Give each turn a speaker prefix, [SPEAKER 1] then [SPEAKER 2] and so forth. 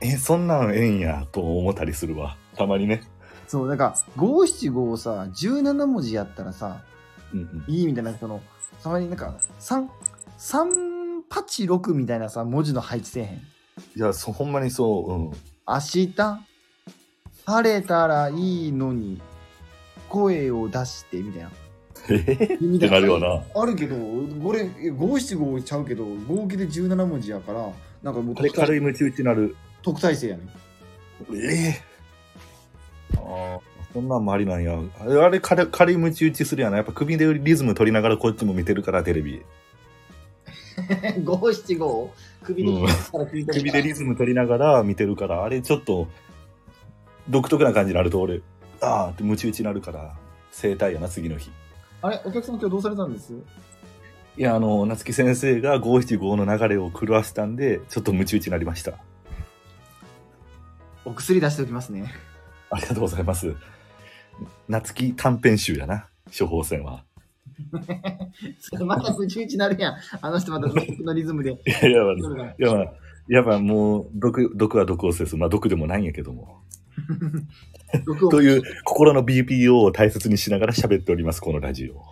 [SPEAKER 1] え、そんなんええんや、と思ったりするわ。たまにね。
[SPEAKER 2] そう、なんか、五七五をさ、17文字やったらさ、
[SPEAKER 1] うんうん。
[SPEAKER 2] いいみたいな、その、たまになんか、三、三パチ六みたいなさ、文字の配置せえへん。
[SPEAKER 1] いや、そ、ほんまにそう、うん。
[SPEAKER 2] 明日、晴れたらいいのに、声を出して、みたいな。
[SPEAKER 1] えへへってなるよな。
[SPEAKER 2] あるけど、これ、え五七五ちゃうけど、合計で17文字やから、なんかもう
[SPEAKER 1] これ軽いムチ打ちなる。
[SPEAKER 2] 特待生やねん。
[SPEAKER 1] ええああ、そんなんもありなんや。あれ、あれ軽軽いムチ打ちするやな。やっぱ首でリズム取りながらこっちも見てるから、テレビ。
[SPEAKER 2] 五七五
[SPEAKER 1] で
[SPEAKER 2] 首
[SPEAKER 1] うん首でリズム取りながら見てるから、あれちょっと、独特な感じになると俺、ああってムチ打ちになるから、生態やな、次の日。
[SPEAKER 2] あれお客様今日どうされたんです
[SPEAKER 1] いや、あの、夏木先生が五七五の流れを狂わせたんで、ちょっとムチ打ちになりました。
[SPEAKER 2] お薬出しておきますね
[SPEAKER 1] ありがとうございます。夏木短編集やな、処方箋は。
[SPEAKER 2] また11になるやんあの人また独特のリズムで
[SPEAKER 1] いや、いや、いや、まあ、やっぱもう、毒、毒は毒をせず、まあ、毒でもないんやけども。
[SPEAKER 2] 毒を
[SPEAKER 1] という、心の BPO を大切にしながら喋っております、このラジオ。